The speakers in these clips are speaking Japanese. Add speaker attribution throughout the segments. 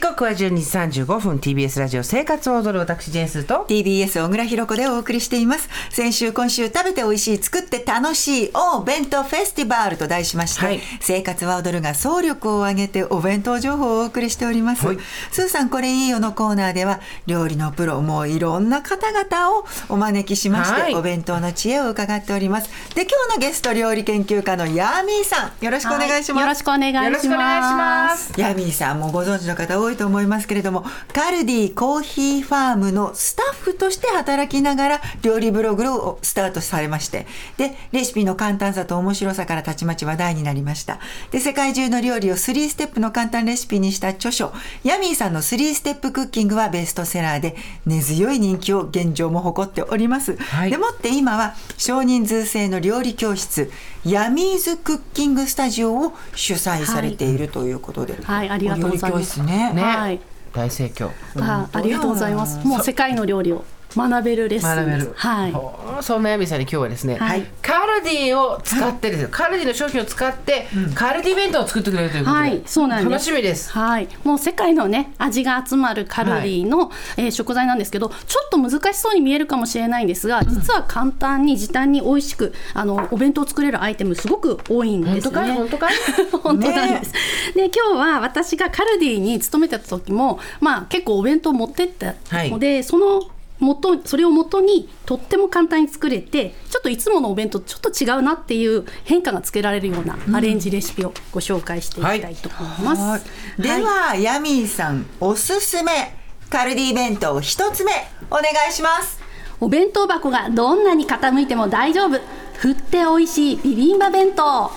Speaker 1: 刻は12時35分 TBS ラジオ生活を踊る私ジェンスーと
Speaker 2: TBS 小倉弘子でお送りしています先週今週食べて美味しい作って楽しいお弁当フェスティバルと題しまして、
Speaker 1: はい
Speaker 2: 生活は踊るが総力を挙げてお弁当情報をお送りしております、
Speaker 1: はい
Speaker 2: スーさんこれいいよのコーナーでは料理のプロもういろんな方々をお招きしまして、
Speaker 1: はい
Speaker 2: お弁当の知恵を伺っておりますで今日のゲスト料理研究家のヤーミーさんよろしくお願いします、
Speaker 3: よろしくお願いします。
Speaker 1: よろしくお願いします
Speaker 2: ヤミーさんもご存知の方多いと思いますけれどもカルディコーヒーファームのスタッフとして働きながら料理ブログをスタートされましてでレシピの簡単さと面白さからたちまち話題になりましたで世界中の料理を3ステップの簡単レシピにした著書ヤミーさんの3ステップクッキングはベストセラーで根強い人気を現状も誇っております、
Speaker 1: はい
Speaker 2: でもって今は少人数制の料理教室ヤミーズクッキングスタジオを主催されているということで、
Speaker 3: はい、ありがとうございます。
Speaker 2: お料理教室ね。
Speaker 1: ね、
Speaker 3: はい
Speaker 1: 大盛況
Speaker 3: あ、ありがとうございます。もう世界の料理を学べるレッスン
Speaker 1: 学べ
Speaker 3: です。
Speaker 1: る、
Speaker 3: はい。
Speaker 1: ほうそんなヤミさんに今日はですね、
Speaker 3: はい
Speaker 1: カルディを使ってですよカルディの商品を使って、カルディ弁当を作ってくれるということで、
Speaker 3: はい、そうなんです。
Speaker 1: 楽しみです
Speaker 3: はい、もう世界のね、味が集まるカルディの、えー食材なんですけど、ちょっと難しそうに見えるかもしれないんですが、実は簡単に時短に美味しく、あのお弁当を作れるアイテムすごく多いんですよね。
Speaker 1: 本当かい
Speaker 3: 本当なんです。で今日は私がカルディに勤めてた時も、まあ結構お弁当持ってったので、その元それを元にとっても簡単に作れてちょっといつものお弁当とちょっと違うなっていう変化がつけられるようなアレンジレシピをご紹介していきたいと思います。
Speaker 2: はいでは、ヤミーさんおすすめカルディ弁当一つ目お願いします
Speaker 3: お弁当箱がどんなに傾いても大丈夫振って美味しいビビンバ弁当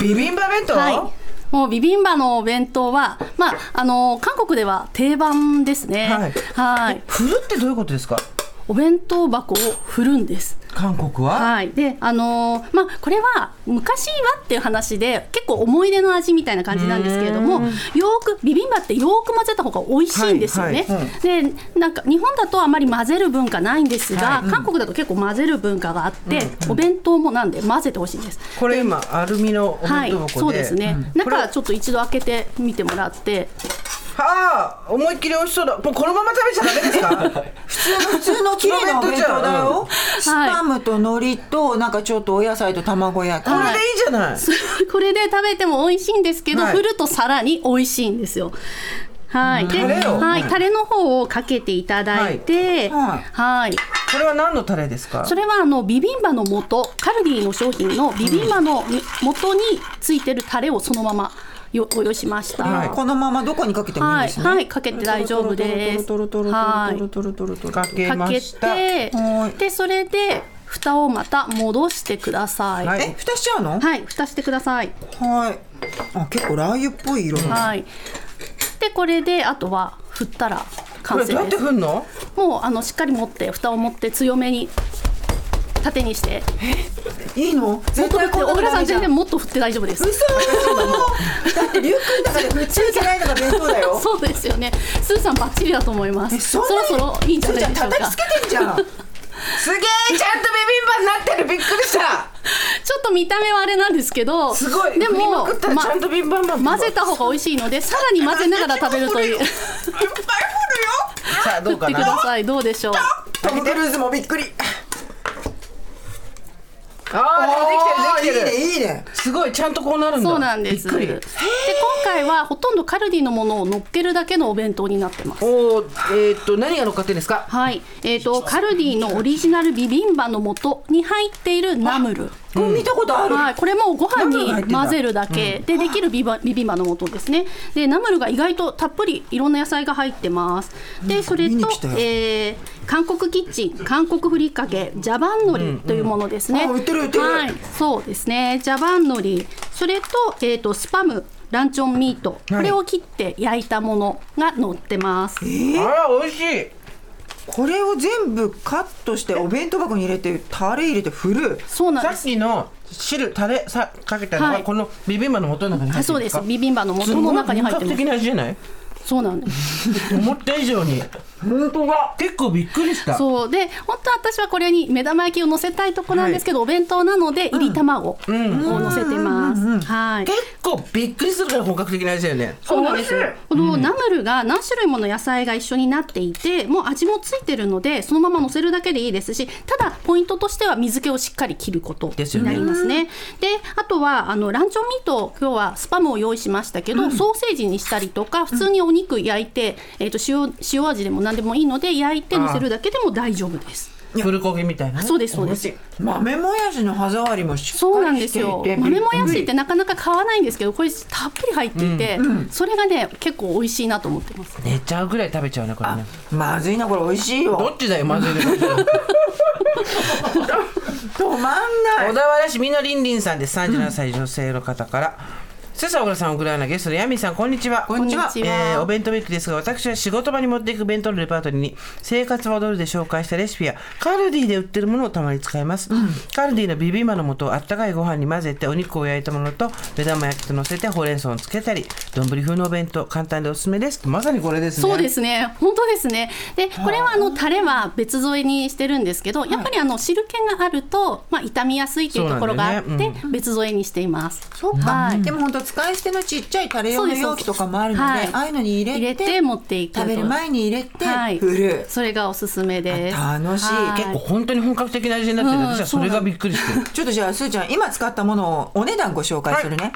Speaker 1: ビビンバ弁当、
Speaker 3: はい、もうビビンバのお弁当は、まあ、あの韓国では定番ですね
Speaker 1: は
Speaker 3: はいい
Speaker 1: 振るってどういうことですか
Speaker 3: お弁当箱を振るんです
Speaker 1: 韓国は、
Speaker 3: はい、であのーまあこれは昔はっていう話で結構思い出の味みたいな感じなんですけれどもよーくビビンバってよーく混ぜた方が美味しいんですよね。
Speaker 1: はいは
Speaker 3: でなんか日本だとあまり混ぜる文化ないんですが、韓国だと結構混ぜる文化があって、お弁当もなんで混ぜてほしいんです。
Speaker 1: これ今アルミのお
Speaker 3: は
Speaker 1: 弁
Speaker 3: い
Speaker 1: 当箱で、
Speaker 3: そうですね、
Speaker 1: うんこれ
Speaker 3: 中ちょっと一度開けてみてもらって
Speaker 1: はあ思いっきり美味しそうだもうこのまま食べちゃダメですか
Speaker 2: 普通の綺麗なお弁当だよ、スパムと海苔となんかちょっとお野菜と卵焼き、
Speaker 1: これでいいじゃない
Speaker 3: そこれで食べても美味しいんですけど、
Speaker 1: はい
Speaker 3: 振るとさらに美味しいんですよ。はい、で
Speaker 1: タレを
Speaker 3: は
Speaker 1: う
Speaker 3: い、
Speaker 1: ん
Speaker 3: タレの方をかけていただいて、
Speaker 2: は
Speaker 3: はいい、
Speaker 1: これは何のタレですか
Speaker 3: それはあのビビンバの素、カルディの商品のビビンバの素についてるタレをそのままよご用意しました。
Speaker 1: は
Speaker 3: はいい、
Speaker 2: このままどこにかけてもいいん
Speaker 3: は
Speaker 2: で
Speaker 3: い、
Speaker 2: すね
Speaker 3: かけて大丈夫です。
Speaker 2: トロトロト
Speaker 3: は
Speaker 2: ロ
Speaker 3: い、
Speaker 2: トロトロトロトロトロ
Speaker 1: かけ
Speaker 3: か
Speaker 1: ま
Speaker 3: け
Speaker 1: した
Speaker 3: て
Speaker 2: はい、
Speaker 3: でそれで蓋をまた戻してください。
Speaker 1: は
Speaker 3: はいい、
Speaker 2: え蓋しちゃうの
Speaker 3: 蓋してください。
Speaker 2: はいあ結構ラー油っぽい色の
Speaker 3: はい。でこれであとは振ったら
Speaker 1: こ
Speaker 3: 完
Speaker 1: れ
Speaker 3: 成
Speaker 1: どうやっ
Speaker 3: で
Speaker 1: て
Speaker 3: す。
Speaker 1: 振るの
Speaker 3: もうあのしっかり持って蓋を持って強めに縦にして。
Speaker 2: いいの
Speaker 3: もっ
Speaker 2: 絶
Speaker 3: と振
Speaker 2: 対
Speaker 3: っ
Speaker 2: こ
Speaker 3: て
Speaker 2: んな
Speaker 3: 小
Speaker 2: の
Speaker 3: 倉さ
Speaker 2: ダ
Speaker 3: ん
Speaker 2: メじゃ
Speaker 3: 全
Speaker 2: ん
Speaker 3: 然もっと振って大丈夫です。
Speaker 2: 嘘だってリュックの中で普通じゃないのが弁当だよ
Speaker 3: そうですよね。スーさんバッチリだと思いま
Speaker 2: え
Speaker 3: す。
Speaker 2: そ
Speaker 3: そ
Speaker 2: んなに
Speaker 3: ろそろいいんじゃないでしょうか。
Speaker 2: 叩きつけてんじゃん
Speaker 1: すげえちゃんとビビンバになってるびっくりした
Speaker 3: ちょっと見た目はあれなんですけど、
Speaker 1: すごい
Speaker 3: で
Speaker 1: 振りま
Speaker 3: も
Speaker 1: くったらちゃんとビンバンバン
Speaker 3: ま混ぜた方が美味しいので、さらに混ぜながら食べるとい
Speaker 2: い
Speaker 3: う。
Speaker 2: っぱい振
Speaker 1: さあ ど
Speaker 3: 振
Speaker 1: う
Speaker 3: っ
Speaker 1: か
Speaker 3: てくだ
Speaker 1: な
Speaker 3: さい。どうでしょう。
Speaker 2: るよトム・クルーズもびっくり
Speaker 1: あーできてるできてる
Speaker 2: いいねいいね
Speaker 1: すごいちゃんとこうなるんだ
Speaker 3: そうなんです。
Speaker 1: び
Speaker 3: で
Speaker 1: っくり
Speaker 3: 今回はほとんどカルディのものを乗っけるだけのお弁当になってます。
Speaker 1: おーえーっと何が乗っかってるんですか
Speaker 3: はい、えー、とカルディのオリジナルビビンバの素に入っているナムル、
Speaker 2: これ見たことある
Speaker 3: はい、これもご飯
Speaker 2: ナムルが入ってん
Speaker 3: に
Speaker 2: だ
Speaker 3: 混ぜるだけでできるビバビビンバの素ですねでナムルが意外とたっぷりいろんな野菜が入ってますでそれ
Speaker 2: 見
Speaker 3: と
Speaker 2: に来たよ、
Speaker 3: えー韓国キッチン韓国ふりかけジャバンのりというものですね、
Speaker 2: うんうんあ売ってる売ってる
Speaker 3: はい、そうですねジャバンのりそれと,、えー、とスパムランチョンミートこれを切って焼いたものが乗ってます、
Speaker 1: あら美味しい
Speaker 2: これを全部カットしてお弁当箱に入れてタレ入れて振る
Speaker 3: そうなん
Speaker 1: さ
Speaker 3: です
Speaker 1: っきの汁タレさかけたの
Speaker 3: は
Speaker 1: が
Speaker 3: い
Speaker 1: このビビンバの素の中に入ってるん
Speaker 3: あそ
Speaker 1: ですか
Speaker 3: うですビビンバの素の中に入って
Speaker 1: すご
Speaker 3: ま
Speaker 1: い本格的
Speaker 3: す
Speaker 1: な味じゃない
Speaker 3: そうなんです
Speaker 1: 思った以上に本当だ結構びっくりした
Speaker 3: そうで本当は私はこれに目玉焼きを乗せたいとこなんですけど、お弁当なのでいり卵を乗せてます、
Speaker 1: うん
Speaker 3: はい
Speaker 1: 結構びっくりするから本格的な味だよね
Speaker 3: そうなんです
Speaker 1: 美味しい
Speaker 3: このナムルが何種類もの野菜が一緒になっていてもう味もついてるのでそのまま乗せるだけでいいですしただポイントとしては水気をしっかり切ること
Speaker 1: ですよ
Speaker 3: に
Speaker 1: ね
Speaker 3: なりますねであとはあのランチョンミート今日はスパムを用意しましたけど、ソーセージにしたりとか普通にお肉焼いて、えー、と塩塩味でも何でもいいので焼いて乗せるだけでも大丈夫です
Speaker 1: プルコギみたいなね
Speaker 3: そうですそうです
Speaker 2: 豆もやしの歯触りもしっ
Speaker 3: そうな
Speaker 2: か
Speaker 3: ん
Speaker 2: り
Speaker 3: で
Speaker 2: し
Speaker 3: す
Speaker 2: ていて
Speaker 3: よ豆もやしってなかなか買わないんですけどこれたっぷり入っていて、それがね結構美味しいなと思ってます
Speaker 1: 寝ちゃうぐらい食べちゃうねこれね
Speaker 2: まずいなこれ美味しい
Speaker 1: ど
Speaker 2: よ
Speaker 1: っちだよマジで
Speaker 2: 止まんない
Speaker 1: 小田原市みのりんりんさんです37歳女性の方から瀬さん小倉さん小倉アナゲストのヤミさんこんにちは
Speaker 2: こんにちは
Speaker 3: こんにちは
Speaker 1: えーお弁当メイクですが私は仕事場に持っていく弁当のレパートリーに生活は踊るで紹介したレシピやカルディで売ってるものをたまに使います、カルディのビビンバの素をあったかいご飯に混ぜてお肉を焼いたものと目玉焼きと乗せてほうれん草をつけたり丼風のお弁当簡単でおすすめですまさにこれですね
Speaker 3: そうですね本当ですねでこれはあのタレは別添えにしてるんですけどやっぱりあの汁気があると、まあ、傷みやすいというところがあっ
Speaker 1: そうなんだ
Speaker 3: て
Speaker 1: よね
Speaker 3: 別添えにしています、
Speaker 2: そうか、
Speaker 3: はい
Speaker 2: でも本当使い捨てのちっちゃいタレ用の容器とかもあるので、
Speaker 3: そうですそうです
Speaker 2: ああいうのに入れ
Speaker 3: 入
Speaker 2: て
Speaker 3: れて持っていくと
Speaker 2: 食べる前に入れて、
Speaker 3: はい
Speaker 2: 振る
Speaker 3: それがおすすめです
Speaker 2: 楽しい
Speaker 3: は
Speaker 1: 結構本当に本格的な味になってる、
Speaker 3: うん
Speaker 1: 私はそれがびっくりしてる
Speaker 2: ちょっとじゃあすーちゃん今使ったものをお値段ご紹介するね、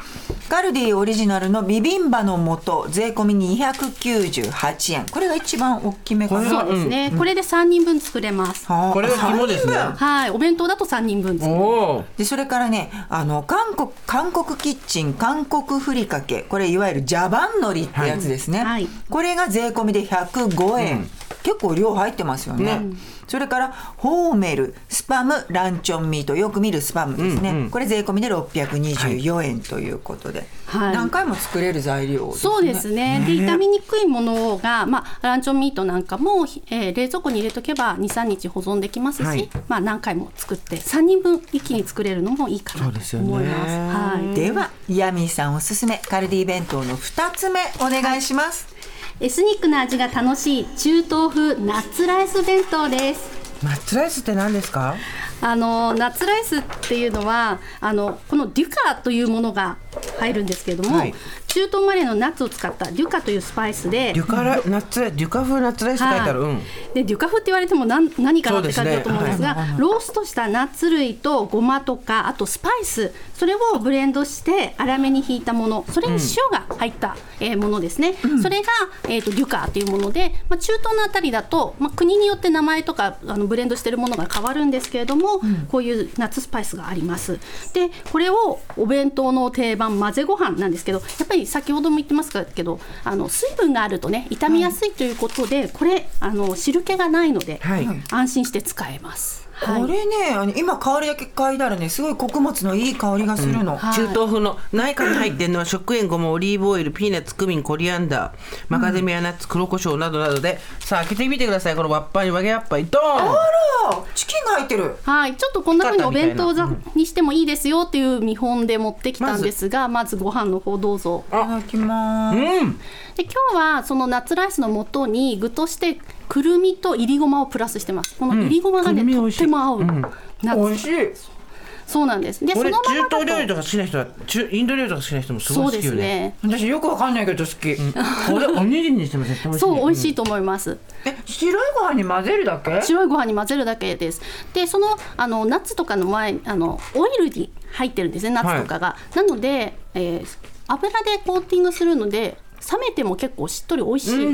Speaker 2: カルディオリジナルのビビンバの素税込み298円これが一番大きめかな
Speaker 1: これは
Speaker 3: そうですね、これで3人分作れます
Speaker 2: はあ
Speaker 1: これが肝ですね
Speaker 2: 半分
Speaker 3: はいお弁当だと3人分作れます
Speaker 1: おお
Speaker 2: でそれからねあの韓国韓国キッチン韓国ふりかけこれいわゆるジャバンのりってやつですね、
Speaker 3: はい
Speaker 2: これが税込みで105円、結構量入ってますよね、それからホーメルスパムランチョンミートよく見るスパムですね、
Speaker 1: うんうん
Speaker 2: これ税込みで624円ということで、
Speaker 3: はい
Speaker 2: 何回も作れる材料ですね
Speaker 3: そうですね。で傷みにくいものが、まあ、ランチョンミートなんかも、えー冷蔵庫に入れとけば23日保存できますし、
Speaker 1: はい
Speaker 3: まあ、何回も作って3人分一気に作れるのもいいかな
Speaker 1: そうです
Speaker 3: と
Speaker 1: よね
Speaker 3: 思います。はい、
Speaker 2: ではヤミーさんおすすめカルディ弁当の2つ目お願いします、
Speaker 3: エスニックな味が楽しい中東風ナッツライス弁当です。
Speaker 1: ナッツライスって何ですか
Speaker 3: あのナッツライスっていうのはあのこのデュカというものが入るんですけれども、
Speaker 1: はい
Speaker 3: 中東生まれのナッツを使ったデュカというスパイスで
Speaker 1: デュカラ、ナッツライスデュカ風ナッツライスって書いてある、
Speaker 3: は
Speaker 1: うん
Speaker 3: でデュカフって言われても何何かなって
Speaker 1: そう
Speaker 3: 感
Speaker 1: です
Speaker 3: じ
Speaker 1: ね
Speaker 3: だと思うんですが
Speaker 2: はい
Speaker 3: ローストしたナッツ類とごまとかあとスパイスそれをブレンドして粗めに引いたものそれに塩が入った、えーものですね、それが、えー、とデュカというもので、まあ、中東のあたりだと、まあ、国によって名前とかあのブレンドしてるものが変わるんですけれども、こういうナッツスパイスがありますでこれをお弁当の定番混ぜご飯なんですけどやっぱり先ほども言ってますけどあの水分があるとね傷みやすいということで、これあの汁気がないので、
Speaker 1: はい
Speaker 3: 安心して使えます。はい
Speaker 2: これねあの今香りだけ嗅いだらねすごい穀物のいい香りがするの、
Speaker 3: はい
Speaker 1: 中東風の中に入ってるのは食塩ごまオリーブオイルピーナッツクミンコリアンダーマカデミアナッツ黒胡椒などなどでさあ開けてみてくださいこのわっぱいわげわっぱいドーン
Speaker 2: あらチキンが入ってる
Speaker 3: はい、ちょっとこんな風にお弁当
Speaker 1: 使ったみ
Speaker 3: ざ
Speaker 1: た
Speaker 3: にしてもいいですよっていう見本で持ってきたんですが、まずご飯の方どうぞ。
Speaker 2: いただきま
Speaker 1: う
Speaker 2: す
Speaker 1: ん
Speaker 3: で今日はそのナッツライスの素に具としてくるみといりごまをプラスしてます。このいりごまがね、
Speaker 1: くるみ美
Speaker 3: と
Speaker 1: 味
Speaker 3: っ
Speaker 1: しい
Speaker 3: ても合う。ナッツ
Speaker 2: しい
Speaker 3: そうなんです。で、そ
Speaker 1: これ
Speaker 3: のま
Speaker 1: 中
Speaker 3: まだと
Speaker 1: 東料理とか好きな人は中インド料理とか好きな人もす
Speaker 3: そ
Speaker 1: ごいう好
Speaker 3: で
Speaker 1: きよ
Speaker 3: す
Speaker 1: ね
Speaker 3: ね。
Speaker 2: 私よくわかんないけど好き、え
Speaker 1: これおにぎりにしても絶対美味しい
Speaker 3: そう、美味し
Speaker 1: い
Speaker 3: いと思います。
Speaker 2: 白いご飯に混ぜるだけ
Speaker 3: 白いご飯に混ぜるだけです。で、そのあのナッツとかの前にあのオイルに入ってるんですね。ナッツとかが、なので、えー油でコーティングするので冷めても結構しっとり美味しい。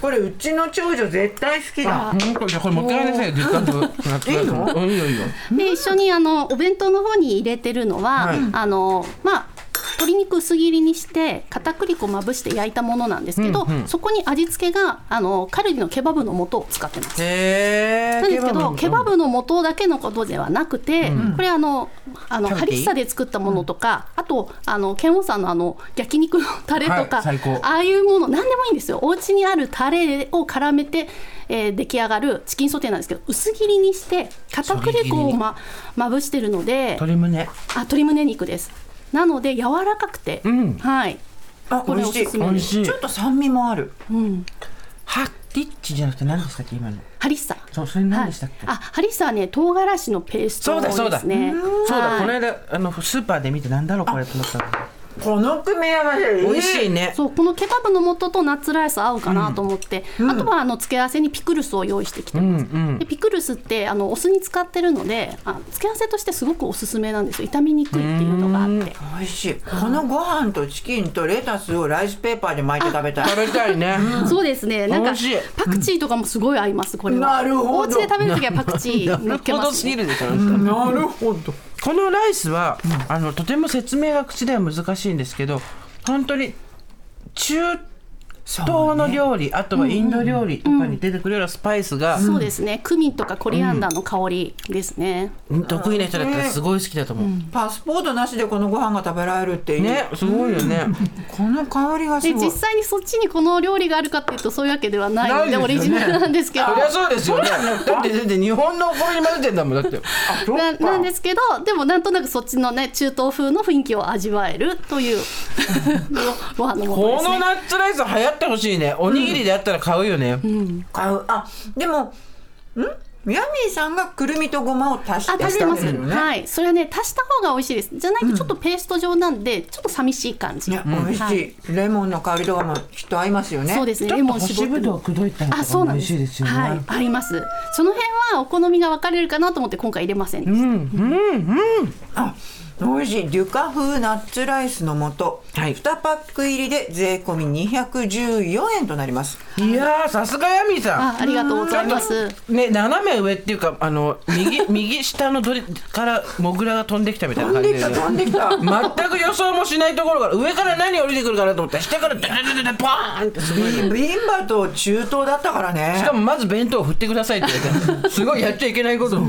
Speaker 2: これうちの長女絶対好きだ
Speaker 1: 本当じゃあこれ持って帰りなさいよデュカ風ナッツライス
Speaker 2: いいの
Speaker 1: うんいいよいいよ
Speaker 3: で一緒にあのお弁当の方に入れてるのは、
Speaker 1: はい
Speaker 3: あのまあ鶏肉薄切りにして片栗粉まぶして焼いたものなんですけど、
Speaker 1: うんうん
Speaker 3: そこに味付けがあのカルディのケバブの素を使ってます。
Speaker 1: へえ
Speaker 3: なんですけどケバブの素だけのことではなくて、これあのあの
Speaker 1: キャ
Speaker 3: ハ
Speaker 1: ベティ
Speaker 3: リッサで作ったものとか、あとあのケンオさんのあの焼肉のタレとか、
Speaker 1: はい最高
Speaker 3: ああいうもの何でもいいんですよお家にあるタレを絡めて、えー出来上がるチキンソテーなんですけど薄切りにして片栗粉をままぶしてるのであ
Speaker 1: 鶏胸
Speaker 3: 鶏胸肉ですなので柔らかくて、
Speaker 1: うん
Speaker 3: はい
Speaker 2: あ美
Speaker 3: これ
Speaker 2: 味しい
Speaker 3: おすす
Speaker 1: 美
Speaker 3: めで
Speaker 1: 味
Speaker 3: す
Speaker 1: しい
Speaker 2: ちょっと酸味もある
Speaker 3: うん
Speaker 1: 発ティッチじゃなくて何でしたっけ今の
Speaker 3: ハリッサ
Speaker 1: そうそれ何でしたっけ、
Speaker 3: はい、あハリッサはね唐辛子のペース
Speaker 1: そ
Speaker 3: ト
Speaker 1: うだそうだ、
Speaker 3: ですね
Speaker 1: そうだ
Speaker 3: はい
Speaker 1: この間あのスーパーで見てなんだろうこれと思ったの
Speaker 2: この組み合わせ
Speaker 1: 美味しいね
Speaker 3: そうこのケバブの素とナッツライス合うかなと思って、あとはあの付け合わせにピクルスを用意してきてます、
Speaker 1: うんうん
Speaker 3: でピクルスってあのお酢に使ってるのであ付け合わせとしてすごくおすすめなんですよ炒めにくいっていうのがあって
Speaker 2: 美味しいこのご飯とチキンとレタスをライスペーパーで巻いて食べたい
Speaker 1: 食べたいね
Speaker 3: そうですねなん
Speaker 1: 美
Speaker 3: か
Speaker 1: 味しい
Speaker 3: パクチーとかもすごい合いますこれは
Speaker 2: なるほど
Speaker 3: お家で食べるときはパクチー乗っけま
Speaker 1: ほど
Speaker 3: す
Speaker 1: す
Speaker 3: ね、
Speaker 1: ぎるでしょ、
Speaker 2: なるほど
Speaker 1: このライスは、あのとても説明が口では難しいんですけど本当に中
Speaker 2: そう
Speaker 1: 東の料理、あとはインド料理とかに出てくるようなスパイスが、
Speaker 3: そうですねクミンとかコリアンダーの香りですね、
Speaker 1: 得意な人だったらすごい好きだと思う、
Speaker 2: パスポートなしでこのご飯が食べられるっていう、
Speaker 1: ねすごいよね、
Speaker 2: この香りがす
Speaker 3: で
Speaker 2: ごい
Speaker 3: 実際にそっちにこの料理があるかっていうとそういうわけではないので
Speaker 1: ない
Speaker 3: オ
Speaker 1: で
Speaker 3: リ
Speaker 1: す
Speaker 3: ジ
Speaker 1: よね
Speaker 3: ナルなんですけど
Speaker 1: そりゃそうですよねだってだって日本のお米に混ぜてんだもんだって
Speaker 3: ななんですけどでもなんとなくそっちのね中東風の雰囲気を味わえるというご飯のもとで
Speaker 1: こ
Speaker 3: す
Speaker 1: の
Speaker 3: ね。
Speaker 1: ナッツライス流行ってほしいねおにぎりであったら買うよね、
Speaker 2: 買うあでもんヤミーさんがくるみとごまを足して
Speaker 3: あ足してます、
Speaker 2: 食べるのね
Speaker 3: はいそれはね足した方が美味しいですじゃないとちょっとペースト状なんで、ちょっと寂しい感じ、
Speaker 2: ね、美味しい、レモンの香りとかもきっと合いますよね
Speaker 3: そうですすねレモン絞っ
Speaker 1: 干ぶ
Speaker 3: て
Speaker 1: どうくどいたのと
Speaker 3: あ
Speaker 1: か
Speaker 3: そう
Speaker 1: も
Speaker 3: な
Speaker 1: 美
Speaker 3: ん
Speaker 1: 味
Speaker 3: です
Speaker 1: しいですよね
Speaker 3: はいありますその辺はお好みが分かれるかなと思って今回入れませんでした、
Speaker 2: あ美味しいデュカ風ナッツライスの素、
Speaker 1: はい
Speaker 2: 2パック入りで税込み214円となります
Speaker 1: いやーさすがヤミーさん
Speaker 3: あありがとうございます
Speaker 1: ね、斜め上っていうかあの 右右下のどれからモグラが飛んできたみたいな
Speaker 2: 飛ん
Speaker 1: 感じ
Speaker 2: で
Speaker 1: で
Speaker 2: きた飛んできた
Speaker 1: 全く予想もしないところから上から何降りてくるかなと思ったら下からダダダダダバーンってすごい
Speaker 2: ビビンバと中東だったからね
Speaker 1: しかもまず弁当を振ってくださいって言われてすごいやっちゃいけないことを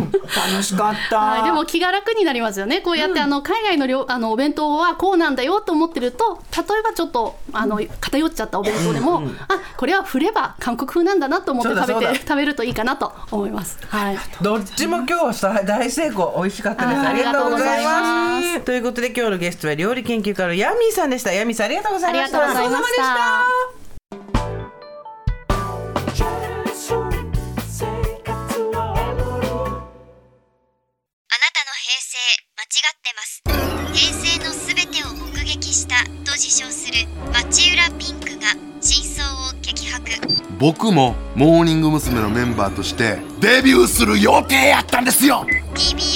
Speaker 2: 楽しかった、
Speaker 3: はい、でも気が楽になりますよね。こうやって、あの海外の料あのお弁当はこうなんだよと思ってると、例えばちょっとあの偏っちゃったお弁当でも、あこれは振れば韓国風なんだなと思って
Speaker 1: そうだ
Speaker 3: 食べて
Speaker 1: そうだ
Speaker 3: 食べるといいかなと思います。はい。
Speaker 1: どっちも今日はさ大成功美味しかったです
Speaker 3: あー
Speaker 1: ありがとうござ
Speaker 3: あり
Speaker 1: いま
Speaker 3: がとうご
Speaker 1: す
Speaker 3: ざいま
Speaker 1: ということで今日のゲストは料理研究家のヤミーさんでしたヤミーさんありがとうござ
Speaker 3: あ
Speaker 1: い
Speaker 3: り
Speaker 1: ま
Speaker 3: が
Speaker 1: し
Speaker 3: と
Speaker 1: た
Speaker 3: うございました。
Speaker 4: あなたの平成間違ってます平成のすべてを目撃したと自称する町浦ピンクが真相を激白
Speaker 5: 僕もモーニング娘。のメンバーとしてデビューする予定やったんですよ
Speaker 4: TBS